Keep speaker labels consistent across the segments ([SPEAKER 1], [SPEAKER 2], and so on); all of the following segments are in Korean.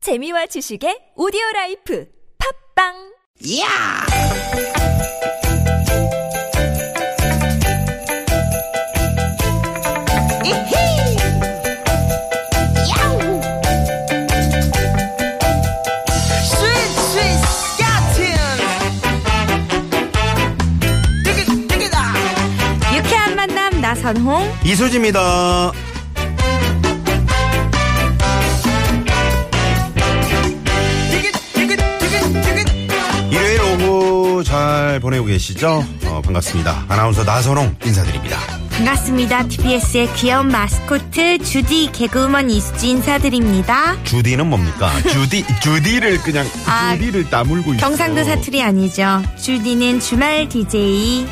[SPEAKER 1] 재미와 지식의 오디오 라이프 팝빵
[SPEAKER 2] 이야! 이히! 야우! 스윗, 스윗, 스카틴! 띠깃, 띠깃아!
[SPEAKER 1] 유쾌한 만남 나선홍
[SPEAKER 3] 이수지입니다.
[SPEAKER 2] 띠깃, 띠깃, 띠깃, 띠깃!
[SPEAKER 3] 일요일 오후 잘 보내고 계시죠? 어, 반갑습니다. 아나운서 나선홍 인사드립니다.
[SPEAKER 4] 반갑습니다. TBS의 귀여운 마스코트 주디 개그우먼 이수지 인사드립니다.
[SPEAKER 3] 주디는 뭡니까? 주디, 주디를 그냥,
[SPEAKER 4] 아,
[SPEAKER 3] 주디를 다물고 있어
[SPEAKER 4] 경상도 사투리 아니죠. 주디는 주말 DJ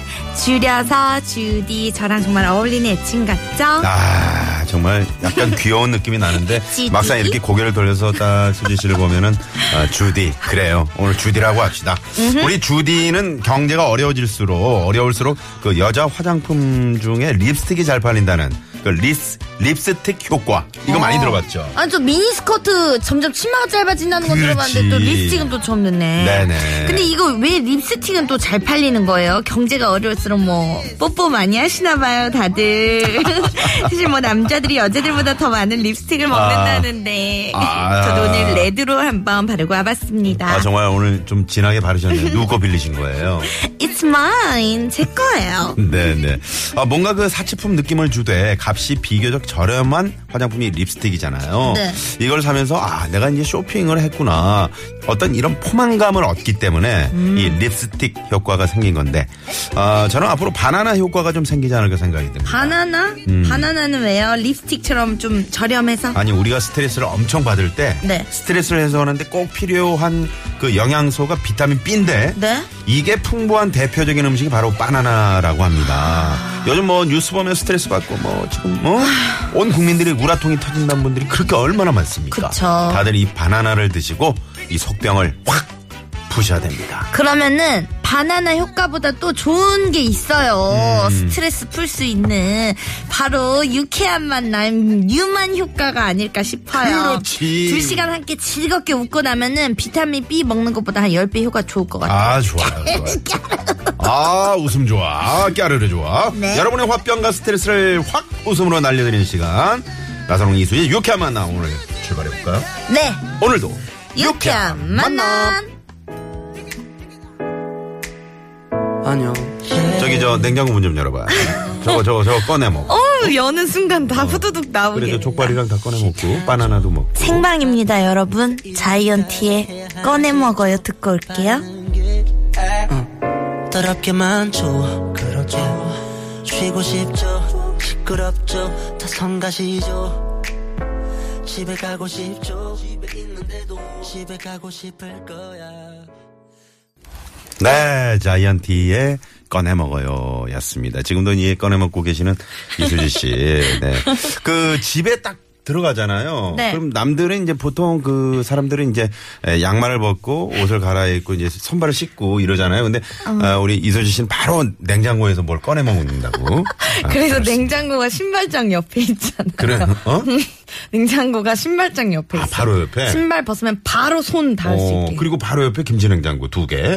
[SPEAKER 4] 줄여서 주디 저랑 정말 어울리는 애칭 같죠?
[SPEAKER 3] 아, 정말 약간 귀여운 느낌이 나는데,
[SPEAKER 4] 주디?
[SPEAKER 3] 막상 이렇게 고개를 돌려서 딱 수지 씨를 보면은, 아, 주디. 그래요. 오늘 주디라고 합시다. 우리 주디는 경제가 어려워질수록, 어려울수록 그 여자 화장품 중에 립스틱이 잘 팔린다는 그 립스, 립스틱 효과. 이거 많이 들어봤죠?
[SPEAKER 4] 아니 저 미니스커트 점점 치마가 짧아진다는 건
[SPEAKER 3] 그렇지.
[SPEAKER 4] 들어봤는데 또 립스틱은 또 처음 듣네.
[SPEAKER 3] 네네.
[SPEAKER 4] 근데 이거 왜 립스틱은 또 잘 팔리는 거예요? 경제가 어려울수록 뭐 뽀뽀 많이 하시나 봐요 다들. 사실 뭐 남자들이 여자들보다 더 많은 립스틱을 먹는다는데
[SPEAKER 3] 아.
[SPEAKER 4] 저도 오늘 레드로 한번 바르고 와봤습니다.
[SPEAKER 3] 아 정말 오늘 좀 진하게 바르셨네요. 누구 거 빌리신 거예요?
[SPEAKER 4] It's mine 제
[SPEAKER 3] 음.
[SPEAKER 4] 거예요.
[SPEAKER 3] 네네. 아 뭔가 그 사치품 느낌을 주되 값이 비교적 저렴한 화장품이 립스틱이잖아요.
[SPEAKER 4] 네.
[SPEAKER 3] 이걸 사면서 아 내가 이제 쇼핑을 했구나. 어떤 이런 포만감을 얻기 때문에 이 립스틱 효과가 생긴 건데 아 저는 앞으로 바나나 효과가 좀 생기지 않을까 생각이 듭니다.
[SPEAKER 4] 바나나?
[SPEAKER 3] 음.
[SPEAKER 4] 바나나는 왜요? 립스틱처럼 좀 저렴해서?
[SPEAKER 3] 아니 우리가 스트레스를 엄청 받을 때
[SPEAKER 4] 네.
[SPEAKER 3] 스트레스를 해소하는데 꼭 필요한 그 영양소가 비타민 B인데
[SPEAKER 4] 네?
[SPEAKER 3] 이게 풍부한 대표적인 음식이 바로 바나나라고 합니다.
[SPEAKER 4] 아.
[SPEAKER 3] 요즘 뭐 뉴스 보면 스트레스 받고 뭐 지금 뭐 온 국민들이 우라통이 터진다는 분들이 그렇게 얼마나 많습니까?
[SPEAKER 4] 그쵸.
[SPEAKER 3] 다들 이 바나나를 드시고 이 속병을 확 푸셔야 됩니다.
[SPEAKER 4] 그러면은 바나나 효과보다 또 좋은 게 있어요. 스트레스 풀 수 있는 바로 유쾌한 만남 유만 효과가 아닐까 싶어요.
[SPEAKER 3] 그렇지.
[SPEAKER 4] 두 시간 함께 즐겁게 웃고 나면은 비타민 B 먹는 것보다 한 10배 효과 좋을 것 같아요.
[SPEAKER 3] 아 좋아요. 좋아요. 아 웃음 좋아. 아, 까르르 좋아.
[SPEAKER 4] 네.
[SPEAKER 3] 여러분의 화병과 스트레스를 확 웃음으로 날려드리는 시간. 나선홍 이수의 유쾌한 만남 오늘 출발해볼까요?
[SPEAKER 4] 네.
[SPEAKER 3] 오늘도
[SPEAKER 4] 유쾌한 만남.
[SPEAKER 5] 안녕.
[SPEAKER 3] 저기 저 냉장고 문 좀 열어봐. 저거 저거 저거 꺼내 먹어.
[SPEAKER 4] 어우, 여는 순간 다 후두둑 나오게.
[SPEAKER 3] 그래 저 족발이랑 다 꺼내 먹고 바나나도 먹고.
[SPEAKER 4] 생방입니다, 여러분. 자이언티의 꺼내 먹어요. 듣고 올게요.
[SPEAKER 5] 더럽게만 좋아. 그렇죠. 쉬고 싶죠. 시끄럽죠. 다 성가시죠. 집에 가고 싶죠. 집에 있는데도 집에 가고 싶을 거야.
[SPEAKER 3] 네, 자이언티의 꺼내 먹어요. 였습니다. 지금도 이 꺼내 먹고 계시는 이수지 씨. 네. 그 집에 딱 들어가잖아요.
[SPEAKER 4] 네.
[SPEAKER 3] 그럼 남들은 이제 보통 그 사람들은 이제 에, 양말을 벗고 옷을 갈아입고 이제 손발을 씻고 이러잖아요. 근데
[SPEAKER 4] 음.
[SPEAKER 3] 아, 우리 이수지 씨는 바로 냉장고에서 뭘 꺼내 먹는다고. 아,
[SPEAKER 4] 그래서
[SPEAKER 3] 그렇습니다.
[SPEAKER 4] 냉장고가 신발장 옆에 있잖아요.
[SPEAKER 3] 그래, 어?
[SPEAKER 4] 냉장고가 신발장 옆에
[SPEAKER 3] 아,
[SPEAKER 4] 있어요.
[SPEAKER 3] 바로 옆에?
[SPEAKER 4] 신발 벗으면 바로 손 닿을 수
[SPEAKER 3] 어,
[SPEAKER 4] 있게. 그리고,
[SPEAKER 3] 그리고 바로 옆에 김치냉장고 두 개.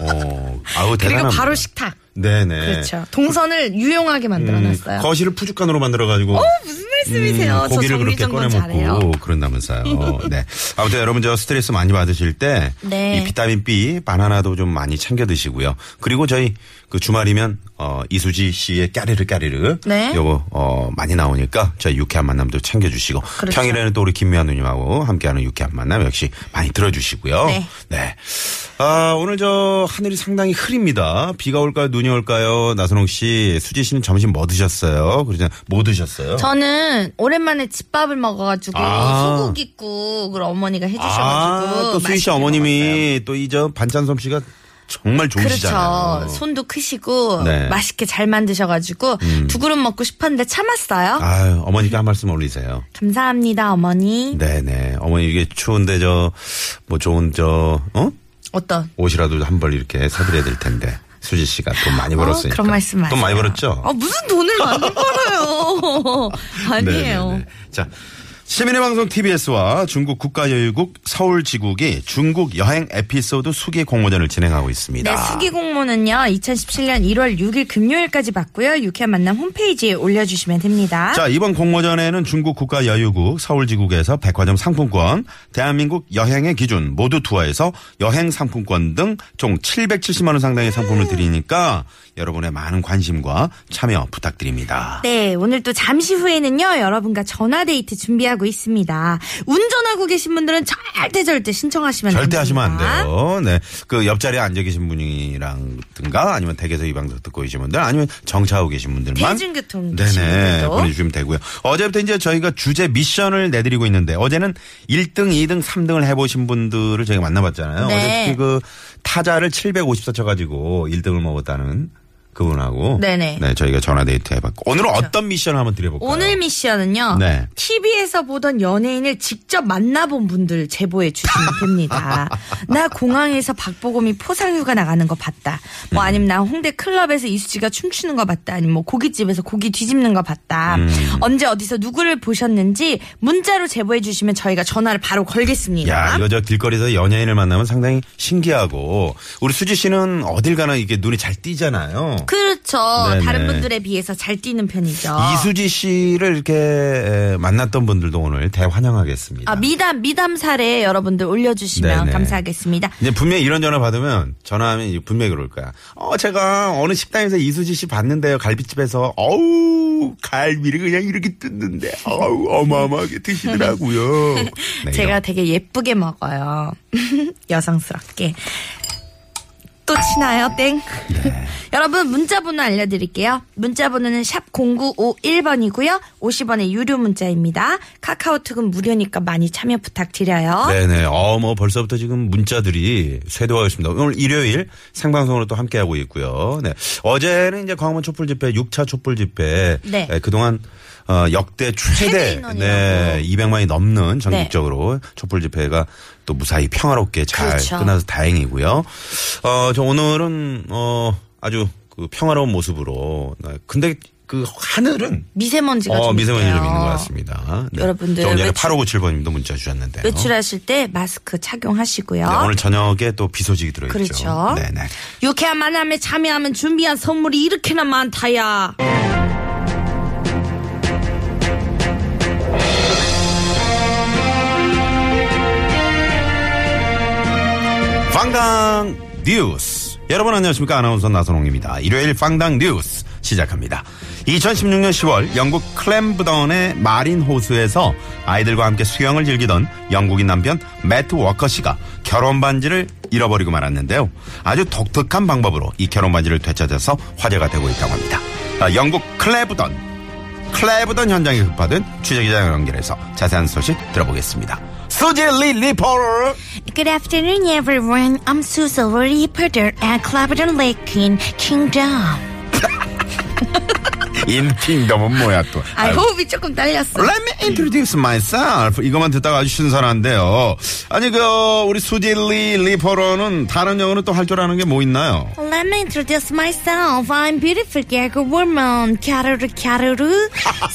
[SPEAKER 3] 어, 아우 대단합니다.
[SPEAKER 4] 바로 식탁.
[SPEAKER 3] 네네. 음,
[SPEAKER 4] 그렇죠. 동선을 유용하게 만들어놨어요.
[SPEAKER 3] 거실을 푸주간으로 만들어가지고.
[SPEAKER 4] 무슨 말씀이세요?
[SPEAKER 3] 음,
[SPEAKER 4] 저
[SPEAKER 3] 고기를
[SPEAKER 4] 정리
[SPEAKER 3] 그렇게 꺼내
[SPEAKER 4] 정돈
[SPEAKER 3] 먹고
[SPEAKER 4] 잘해요.
[SPEAKER 3] 그런다면서요. 네. 아무튼 여러분 저 스트레스 많이 받으실 때
[SPEAKER 4] 네.
[SPEAKER 3] 이 비타민 B, 바나나도 좀 많이 챙겨 드시고요. 그리고 저희 그 주말이면 어 이수지 씨의 까르르 까르르
[SPEAKER 4] 네.
[SPEAKER 3] 요거 어 많이 나오니까 저희 유쾌한 만남도 챙겨 주시고
[SPEAKER 4] 그렇죠.
[SPEAKER 3] 평일에는 또 우리 김미아 누님하고 함께하는 유쾌한 만남 역시 많이 들어 주시고요.
[SPEAKER 4] 네.
[SPEAKER 3] 아, 오늘 저 하늘이 상당히 흐립니다. 비가 올까요? 눈이 올까요? 나선홍 씨, 수지 씨는 점심 뭐 드셨어요? 그러잖아요. 뭐 드셨어요?
[SPEAKER 4] 저는 오랜만에 집밥을 먹어가지고
[SPEAKER 3] 아.
[SPEAKER 4] 소고기 국을 어머니가 해주셔가지고
[SPEAKER 3] 아, 또 수희
[SPEAKER 4] 맛있게
[SPEAKER 3] 씨 어머님이 또 이 저 반찬 솜씨가 정말 좋으시잖아요.
[SPEAKER 4] 그렇죠. 손도 크시고
[SPEAKER 3] 네. 음.
[SPEAKER 4] 맛있게 잘 만드셔가지고 두 그릇 먹고 싶었는데 참았어요.
[SPEAKER 3] 아유, 어머니께 한 말씀 올리세요.
[SPEAKER 4] 감사합니다, 어머니.
[SPEAKER 3] 네네. 어머니 이게 추운데 저, 뭐 좋은 저, 어?
[SPEAKER 4] 어떤?
[SPEAKER 3] 옷이라도 한 벌 이렇게 사드려야 될 텐데. 수지 씨가 돈 많이 벌었으니까.
[SPEAKER 4] 어, 그런 말씀 마세요. 어,
[SPEAKER 3] 돈 많이 벌었죠? 네,
[SPEAKER 4] 아, 무슨 돈을 많이 벌어요. 아니에요.
[SPEAKER 3] 네네네. 자, 시민의 방송 TBS와 중국 국가여유국 서울지국이 중국 여행 에피소드 수기 공모전을 진행하고 있습니다.
[SPEAKER 4] 네, 수기 공모는요, 2017년 1월 6일 금요일까지 받고요, 유쾌한 만남 홈페이지에 올려주시면 됩니다.
[SPEAKER 3] 자, 이번 공모전에는 중국 국가여유국 서울지국에서 백화점 상품권, 대한민국 여행의 기준 모두 투어에서 여행 상품권 등 총 770만원 상당의
[SPEAKER 4] 음.
[SPEAKER 3] 상품을 드리니까 여러분의 많은 관심과 참여 부탁드립니다.
[SPEAKER 4] 네, 오늘 또 잠시 후에는요, 여러분과 전화데이트 준비하고 있습니다. 운전하고 계신 분들은 절대 절대 신청하시면
[SPEAKER 3] 절대
[SPEAKER 4] 안
[SPEAKER 3] 하시면 안
[SPEAKER 4] 됩니다.
[SPEAKER 3] 돼요. 네. 그 옆자리에 앉아 계신 분이랑든가 아니면 댁에서 이 방송 듣고 계신 분들 아니면 정차하고 계신 분들만
[SPEAKER 4] 대중교통 계신
[SPEAKER 3] 네네
[SPEAKER 4] 분들도.
[SPEAKER 3] 보내주시면 되고요. 어제부터 이제 저희가 주제 미션을 내드리고 있는데 어제는 1등, 2등, 3등을 해보신 분들을 저희가 만나봤잖아요.
[SPEAKER 4] 네.
[SPEAKER 3] 어제 특히 그 타자를 750사 쳐가지고 1등을 먹었다는 그분하고
[SPEAKER 4] 네네. 그렇죠.
[SPEAKER 3] 네 저희가 전화 데이트 해봤고 오늘은 어떤 미션을 한번 드려볼까요?
[SPEAKER 4] 오늘 미션은요.
[SPEAKER 3] 아. 네.
[SPEAKER 4] TV에서 보던 연예인을 직접 만나본 분들 제보해 주시면 됩니다. 나 공항에서 박보검이 포상휴가 나가는 거 봤다.
[SPEAKER 3] 음.
[SPEAKER 4] 뭐 아니면 나 홍대 클럽에서 이수지가 춤추는 거 봤다. 아니면 뭐 고깃집에서 고기 뒤집는 거 봤다.
[SPEAKER 3] 음.
[SPEAKER 4] 언제 어디서 누구를 보셨는지 문자로 제보해 주시면 저희가 전화를 바로 걸겠습니다.
[SPEAKER 3] 야, 이거 저 길거리에서 연예인을 만나면 상당히 신기하고 우리 수지 씨는 어딜 가나 이게 눈이 잘 띄잖아요.
[SPEAKER 4] 그렇죠.
[SPEAKER 3] 네네.
[SPEAKER 4] 다른 분들에 비해서 잘 뛰는 편이죠.
[SPEAKER 3] 이수지 씨를 이렇게 에, 만났던 분들도 오늘 대환영하겠습니다.
[SPEAKER 4] 아, 미담, 미담 사례 여러분들 올려주시면
[SPEAKER 3] 네네.
[SPEAKER 4] 감사하겠습니다.
[SPEAKER 3] 이제 분명히 이런 전화 받으면 전화하면 이제 분명히 그럴 거야. 어, 제가 어느 식당에서 이수지 씨 봤는데요. 갈비집에서 어우, 갈비를 그냥 이렇게 뜯는데 어우, 어마어마하게 드시더라고요. 네,
[SPEAKER 4] 제가 되게 예쁘게 먹어요. 여성스럽게. 또 치나요, 땡?
[SPEAKER 3] 네.
[SPEAKER 4] 여러분, 문자번호 알려드릴게요. 문자번호는 샵0951번이고요. 50원의 유료 문자입니다. 카카오톡은 무료니까 많이 참여 부탁드려요.
[SPEAKER 3] 네네. 어, 뭐 벌써부터 지금 문자들이 쇄도하고 있습니다. 오늘 일요일 생방송으로 또 함께하고 있고요. 네. 어제는 이제 광화문 촛불 집회 6차 촛불 집회.
[SPEAKER 4] 네.
[SPEAKER 3] 예, 그동안 어, 역대
[SPEAKER 4] 최대
[SPEAKER 3] 최대,
[SPEAKER 4] 인원이라고. 네.
[SPEAKER 3] 네, 200만이 넘는 전국적으로 촛불 집회가 또 무사히 평화롭게 잘
[SPEAKER 4] 그렇죠.
[SPEAKER 3] 끝나서 다행이고요. 어, 저 오늘은 어, 아주 그 평화로운 모습으로. 네. 근데 그 하늘은
[SPEAKER 4] 미세먼지가
[SPEAKER 3] 어,
[SPEAKER 4] 좀
[SPEAKER 3] 미세먼지 좀
[SPEAKER 4] 있대요.
[SPEAKER 3] 있는 것 같습니다. 네.
[SPEAKER 4] 여러분들
[SPEAKER 3] 조금 전에
[SPEAKER 4] 외출-
[SPEAKER 3] 8597번님도 문자 주셨는데.
[SPEAKER 4] 외출하실 때 마스크 착용하시고요.
[SPEAKER 3] 네, 오늘 저녁에 또 비 소식이 들어있죠.
[SPEAKER 4] 그렇죠.
[SPEAKER 3] 네네.
[SPEAKER 4] 유쾌한 만남에 참여하면 준비한 선물이 이렇게나 많다야.
[SPEAKER 3] 방당 뉴스. 여러분 안녕하십니까. 아나운서 나선홍입니다. 일요일 방당 뉴스 시작합니다. 2016년 10월 영국 클램브던의 마린 호수에서 아이들과 함께 수영을 즐기던 영국인 남편 매트 워커 씨가 결혼 반지를 잃어버리고 말았는데요. 아주 독특한 방법으로 이 결혼 반지를 되찾아서 화제가 되고 있다고 합니다. 아, 영국 클레브던 클레브던 현장에 급파된 취재기자 연결해서 자세한 소식 들어보겠습니다. 수지 리 리포터
[SPEAKER 6] Good afternoon, everyone. I'm Susan reporter at Clapton Lake in Kingdom.
[SPEAKER 3] 인핑덤은 뭐야 또.
[SPEAKER 4] 아, 호흡이 조금 딸렸어.
[SPEAKER 3] Let me introduce myself. 이것만 듣다가 아주 신선한데요. 아니 그 우리 수질리 리포러는 다른 영어는 또 할 줄 아는 게 뭐 있나요?
[SPEAKER 6] Let me introduce myself. I'm beautiful gag woman. Karuru karuru.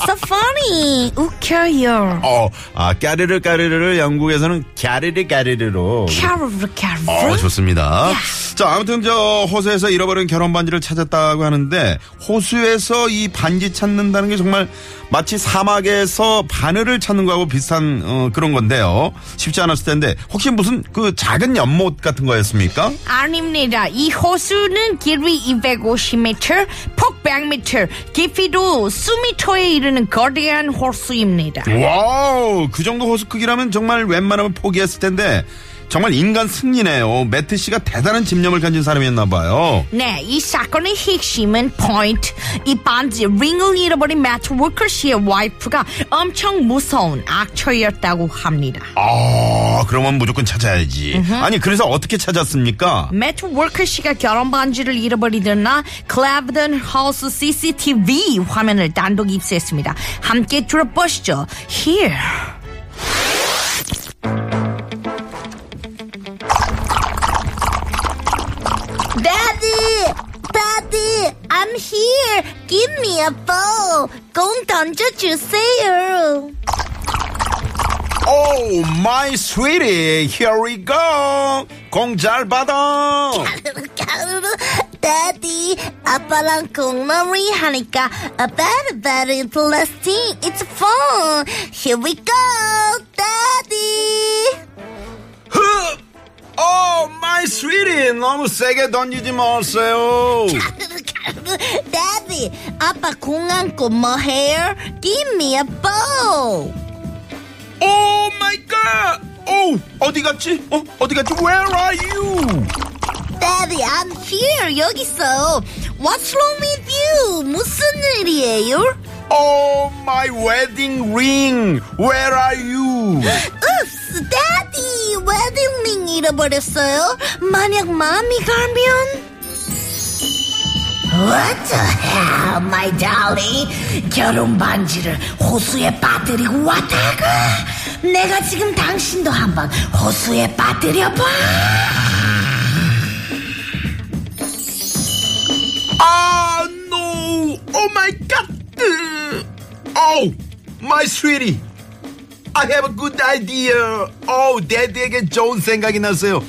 [SPEAKER 6] so funny. Ukyo.
[SPEAKER 3] 어, 아 까르르 까르르를 영국에서는 갸르르 까르르로.
[SPEAKER 6] Karuru
[SPEAKER 3] 어,
[SPEAKER 6] karuru.
[SPEAKER 3] 좋습니다. 자, 아무튼 저 호수에서 잃어버린 결혼 반지를 찾았다고 하는데 호수에서 이 반지 찾는다는 게 정말 마치 사막에서 바늘을 찾는 거하고 비슷한 어, 그런 건데요. 쉽지 않았을 텐데 혹시 무슨 그 작은 연못 같은 거였습니까?
[SPEAKER 6] 아닙니다. 이 호수는 길이 250m, 폭 100m, 깊이도 10m에 이르는 거대한 호수입니다.
[SPEAKER 3] 와우, 그 정도 호수 크기라면 정말 웬만하면 포기했을 텐데 정말 인간 승리네요. 매트 씨가 대단한 집념을 가진 사람이었나 봐요.
[SPEAKER 6] 네, 이 사건의 핵심은 포인트. 이 반지 링을 잃어버린 매트 워커 씨의 와이프가 엄청 무서운 악처였다고 합니다.
[SPEAKER 3] 아, 그러면 무조건 찾아야지. 아니, 그래서 어떻게 찾았습니까?
[SPEAKER 6] 매트 워커 씨가 결혼 반지를 잃어버리던 날 클래브든 하우스 CCTV 화면을 단독 입수했습니다. 함께 들어보시죠. Here. Daddy, Daddy, I'm here. Give me a ball. 공 던져주세요.
[SPEAKER 3] Oh, my sweetie, here we go. 공 잘 받아.
[SPEAKER 7] Daddy, 아빠랑 공놀이 하니까 아, better better plastic. It's fun. Here we go, Daddy.
[SPEAKER 3] 흡. Oh, my sweetie, 너무 세게 던지지 마세요.
[SPEAKER 7] Daddy, 아빠 공 안고 뭐해요? Give me a ball.
[SPEAKER 3] Oh my god. Oh, 어디 갔지? 어, 어디 갔지? Where are you?
[SPEAKER 7] Daddy, I'm here. 여기 있어. What's wrong with you? 무슨 일이에요?
[SPEAKER 3] Oh, my wedding ring. Where are you?
[SPEAKER 7] Oops, Daddy, 웨딩링 잃어버렸어요. 만약 마음이 가면. What the hell, my darling? 결혼 반지를 호수에 빠뜨리고 왔다가 내가 지금 당신도 한번 호수에 빠뜨려봐.
[SPEAKER 3] Ah, no. Oh my god. Oh, my sweetie. I have a good idea. Oh, 데드에게 좋은 생각이 났어요.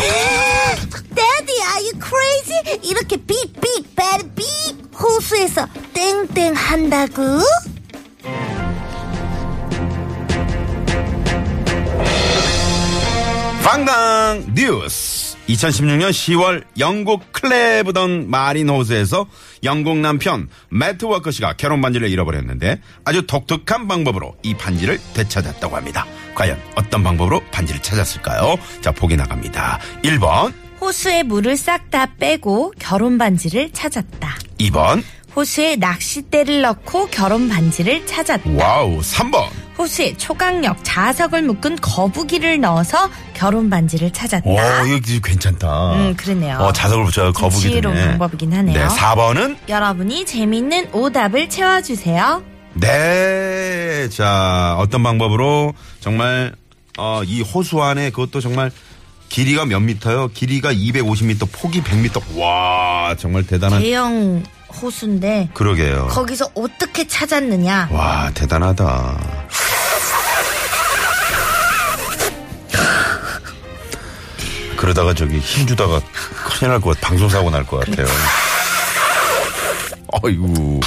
[SPEAKER 7] 예, Daddy, are you crazy? 이렇게 빅, 빅, 베리 빅 호수에서 땡땡 한다고?
[SPEAKER 3] 방당 뉴스 2016년 10월 영국 클레브던 마린 호수에서 영국 남편 매트 워커 씨가 결혼 반지를 잃어버렸는데 아주 독특한 방법으로 이 반지를 되찾았다고 합니다. 과연 어떤 방법으로 반지를 찾았을까요? 자, 보기 나갑니다. 1번,
[SPEAKER 4] 호수에 물을 싹 다 빼고 결혼 반지를 찾았다.
[SPEAKER 3] 2번,
[SPEAKER 4] 호수에 낚싯대를 넣고 결혼 반지를 찾았다.
[SPEAKER 3] 와우, 3번.
[SPEAKER 4] 호수에 초강력 자석을 묶은 거북이를 넣어서 결혼 반지를 찾았다.
[SPEAKER 3] 오, 이거 괜찮다.
[SPEAKER 4] 음, 그러네요.
[SPEAKER 3] 어, 자석을 붙여요. 거북이
[SPEAKER 4] 지혜로운
[SPEAKER 3] 등에.
[SPEAKER 4] 방법이긴 하네요.
[SPEAKER 3] 네, 4번은
[SPEAKER 4] 여러분이 재밌는 오답을 채워주세요.
[SPEAKER 3] 네. 자, 어떤 방법으로 정말, 어, 이 호수 안에 그것도 정말 길이가 몇 미터요? 길이가 250미터, 폭이 100미터. 와, 정말 대단한.
[SPEAKER 4] 대형 호수인데
[SPEAKER 3] 그러게요.
[SPEAKER 4] 거기서 어떻게 찾았느냐?
[SPEAKER 3] 와, 대단하다. 그러다가 저기 힘주다가 큰일 날 것 같아. 방송사고 날 것 같아요. 아이고.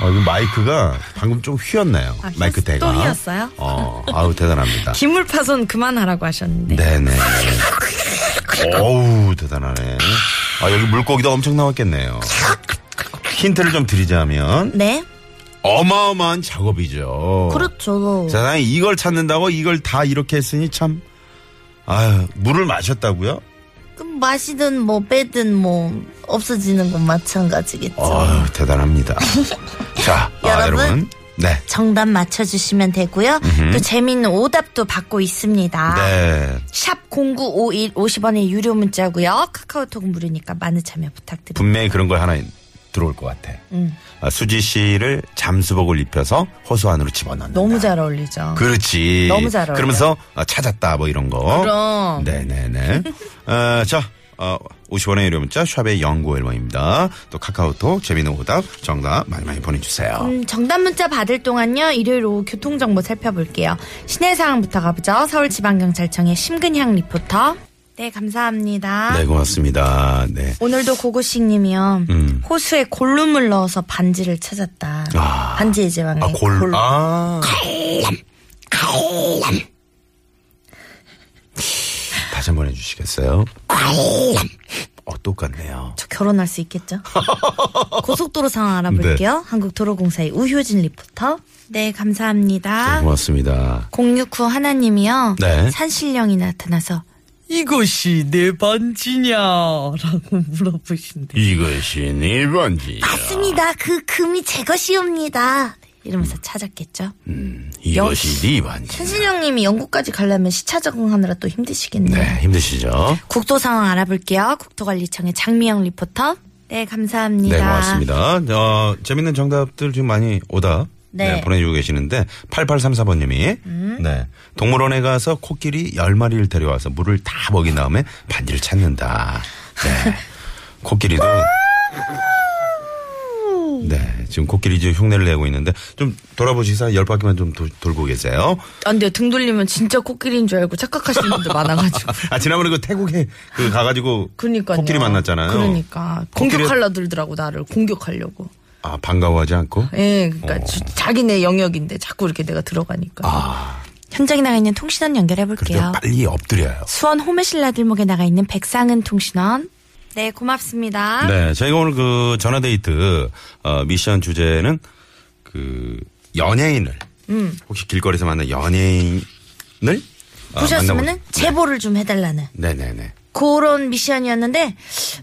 [SPEAKER 3] 아, 이 마이크가 방금 좀 휘었나요?
[SPEAKER 4] 아,
[SPEAKER 3] 마이크
[SPEAKER 4] 휘었-
[SPEAKER 3] 대가.
[SPEAKER 4] 또 휘었어요?
[SPEAKER 3] 어, 아우, 대단합니다.
[SPEAKER 4] 기물 파손 그만하라고 하셨는데.
[SPEAKER 3] 네네.
[SPEAKER 4] 네.
[SPEAKER 3] 어우, 대단하네. 아, 여기 물고기도 엄청 나왔겠네요. 힌트를 좀 드리자면,
[SPEAKER 4] 네.
[SPEAKER 3] 어마어마한 작업이죠.
[SPEAKER 4] 그렇죠.
[SPEAKER 3] 세상에 이걸 찾는다고 이걸 다 이렇게 했으니 참, 아유, 물을 마셨다고요?
[SPEAKER 7] 그럼 마시든 뭐 빼든 뭐 없어지는 건 마찬가지겠죠.
[SPEAKER 3] 아유, 대단합니다. 자, 아,
[SPEAKER 7] 여러분.
[SPEAKER 3] 여러분. 네.
[SPEAKER 4] 정답 맞춰주시면 되고요. 또 재미있는 오답도 받고 있습니다.
[SPEAKER 3] 네.
[SPEAKER 4] 샵 0951 50원의 유료 문자고요. 카카오톡은 무료니까 많은 참여 부탁드립니다.
[SPEAKER 3] 분명히 그런 걸 하나 들어올 것 같아.
[SPEAKER 4] 음.
[SPEAKER 3] 아, 수지 씨를 잠수복을 입혀서 호수 안으로 집어넣는다.
[SPEAKER 4] 너무 잘 어울리죠.
[SPEAKER 3] 그렇지.
[SPEAKER 4] 너무 잘 어울려요.
[SPEAKER 3] 그러면서 어, 찾았다 뭐 이런 거.
[SPEAKER 4] 그럼.
[SPEAKER 3] 네네네. 어, 자. 어, 50원의 유료 문자 샵의 연구 앨범입니다. 또 카카오톡 재미는 오답 정답 많이 많이 보내주세요.
[SPEAKER 4] 음, 정답 문자 받을 동안요. 일요일 오후 교통정보 살펴볼게요. 시내 상황부터 가보죠. 서울지방경찰청의 심근향 리포터. 네, 감사합니다.
[SPEAKER 3] 네 고맙습니다. 네.
[SPEAKER 4] 오늘도 고고식님이요.
[SPEAKER 3] 음.
[SPEAKER 4] 호수에 골룸을 넣어서 반지를 찾았다.
[SPEAKER 3] 아.
[SPEAKER 4] 반지의 제왕의
[SPEAKER 3] 아 골.
[SPEAKER 4] 네, 골룸.
[SPEAKER 3] 아. 다시 한번 해주시겠어요? 어 똑같네요.
[SPEAKER 4] 저 결혼할 수 있겠죠? 고속도로 상황 알아볼게요.
[SPEAKER 3] 네.
[SPEAKER 4] 한국도로공사의 우효진 리포터. 네, 감사합니다.
[SPEAKER 3] 네, 고맙습니다.
[SPEAKER 4] 069 하나님이요.
[SPEAKER 3] 네.
[SPEAKER 4] 산신령이 나타나서 이것이 내 반지냐라고 물어보신대.
[SPEAKER 3] 이것이 네 번지.
[SPEAKER 7] 맞습니다. 그 금이 제 것이옵니다.
[SPEAKER 4] 이러면서 찾았겠죠.
[SPEAKER 3] 이것이 네 번지.
[SPEAKER 4] 산신령님이 영국까지 가려면 시차 적응하느라 또 힘드시겠네요.
[SPEAKER 3] 네 힘드시죠?
[SPEAKER 4] 국도 상황 알아볼게요. 국토관리청의 장미영 리포터. 네, 감사합니다.
[SPEAKER 3] 네, 고맙습니다. 어, 재밌는 정답들 지금 많이 오다.
[SPEAKER 4] 네.
[SPEAKER 3] 보내주고 계시는데, 8834번님이,
[SPEAKER 8] 음.
[SPEAKER 3] 네, 동물원에 가서 코끼리 10마리를 데려와서 물을 다 먹인 다음에 반지를 찾는다. 네. 코끼리도, 네, 지금 코끼리 지금 흉내를 내고 있는데 좀 돌아보시사 열 바퀴만 좀 도- 돌고 계세요.
[SPEAKER 8] 안 돼요. 등 돌리면 진짜 코끼리인 줄 알고 착각하시는 분들 많아가지고.
[SPEAKER 3] 아 지난번에 그 태국에 그 가가지고
[SPEAKER 8] 그러니까요.
[SPEAKER 3] 코끼리 만났잖아요.
[SPEAKER 8] 그러니까
[SPEAKER 3] 코끼리-
[SPEAKER 8] 공격하려 들더라고 나를 공격하려고.
[SPEAKER 3] 아 반가워하지 않고.
[SPEAKER 8] 예, 그러니까
[SPEAKER 3] 어.
[SPEAKER 8] 주- 자기네 영역인데 자꾸 이렇게 내가 들어가니까.
[SPEAKER 4] 현장에 나가 있는 통신원 연결해
[SPEAKER 3] 아, 그때
[SPEAKER 4] 볼게요.
[SPEAKER 3] 빨리 엎드려요.
[SPEAKER 4] 수원 호메실라 들목에 나가 있는 백상은 통신원. 네, 고맙습니다.
[SPEAKER 3] 네, 저희가 오늘 그 전화데이트 어, 미션 주제는 그 연예인을
[SPEAKER 4] 음.
[SPEAKER 3] 혹시 길거리에서 만난 연예인을 어,
[SPEAKER 4] 보셨으면은
[SPEAKER 3] 만나보-
[SPEAKER 4] 제보를 좀 해달라는
[SPEAKER 3] 네, 네, 네.
[SPEAKER 4] 그런 미션이었는데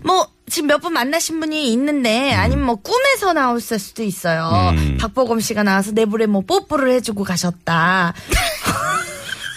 [SPEAKER 4] 뭐 지금 몇 분 만나신 분이
[SPEAKER 3] 음.
[SPEAKER 4] 있는데 아니면 뭐 꿈에서 나왔을 수도 있어요. 박보검 씨가 나와서 내부에 뭐 뽀뽀를 해주고 가셨다.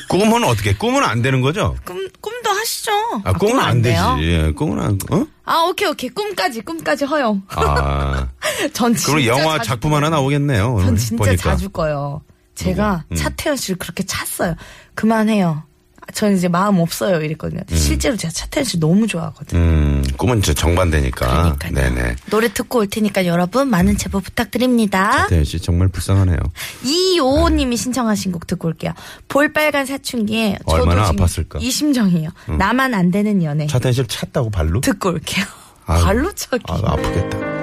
[SPEAKER 3] 꿈은 어떻게? 꿈은 안 되는 거죠?
[SPEAKER 4] 꿈 꿈도 하시죠.
[SPEAKER 3] 아, 꿈은
[SPEAKER 4] 꿈안
[SPEAKER 3] 안 되지.
[SPEAKER 4] 돼요?
[SPEAKER 3] 예, 꿈은 안. 어?
[SPEAKER 4] 아 오케이 오케이 꿈까지 꿈까지 허용.
[SPEAKER 3] 아.
[SPEAKER 4] 전 진짜
[SPEAKER 3] 그럼 영화
[SPEAKER 4] 자주
[SPEAKER 3] 작품 하나 나오겠네요.
[SPEAKER 4] 전
[SPEAKER 3] 오늘
[SPEAKER 4] 진짜
[SPEAKER 3] 음, 보니까.
[SPEAKER 4] 자주 꺼요. 제가
[SPEAKER 3] 음.
[SPEAKER 4] 차태현 씨를 그렇게 찼어요. 그만해요. 아, 전 이제 마음 없어요. 이랬거든요. 실제로 제가 차태현 씨 너무 좋아하거든요.
[SPEAKER 3] 음, 꿈은 이제 정반대니까.
[SPEAKER 4] 그러니까요.
[SPEAKER 3] 네네.
[SPEAKER 4] 노래 듣고 올 테니까 여러분 많은 제보 부탁드립니다.
[SPEAKER 3] 태현 네, 씨 정말 불쌍하네요.
[SPEAKER 4] 이오호님이 신청하신 곡 듣고 올게요. 볼빨간 사춘기에 저도
[SPEAKER 3] 얼마나
[SPEAKER 4] 지금
[SPEAKER 3] 아팠을까? 음.
[SPEAKER 4] 이 심정이에요. 나만 안 되는 연애.
[SPEAKER 3] 차태현 씨를 찼다고 발로?
[SPEAKER 4] 듣고 올게요.
[SPEAKER 3] 아유.
[SPEAKER 4] 네. 발로 차기.
[SPEAKER 3] 아, 아프겠다.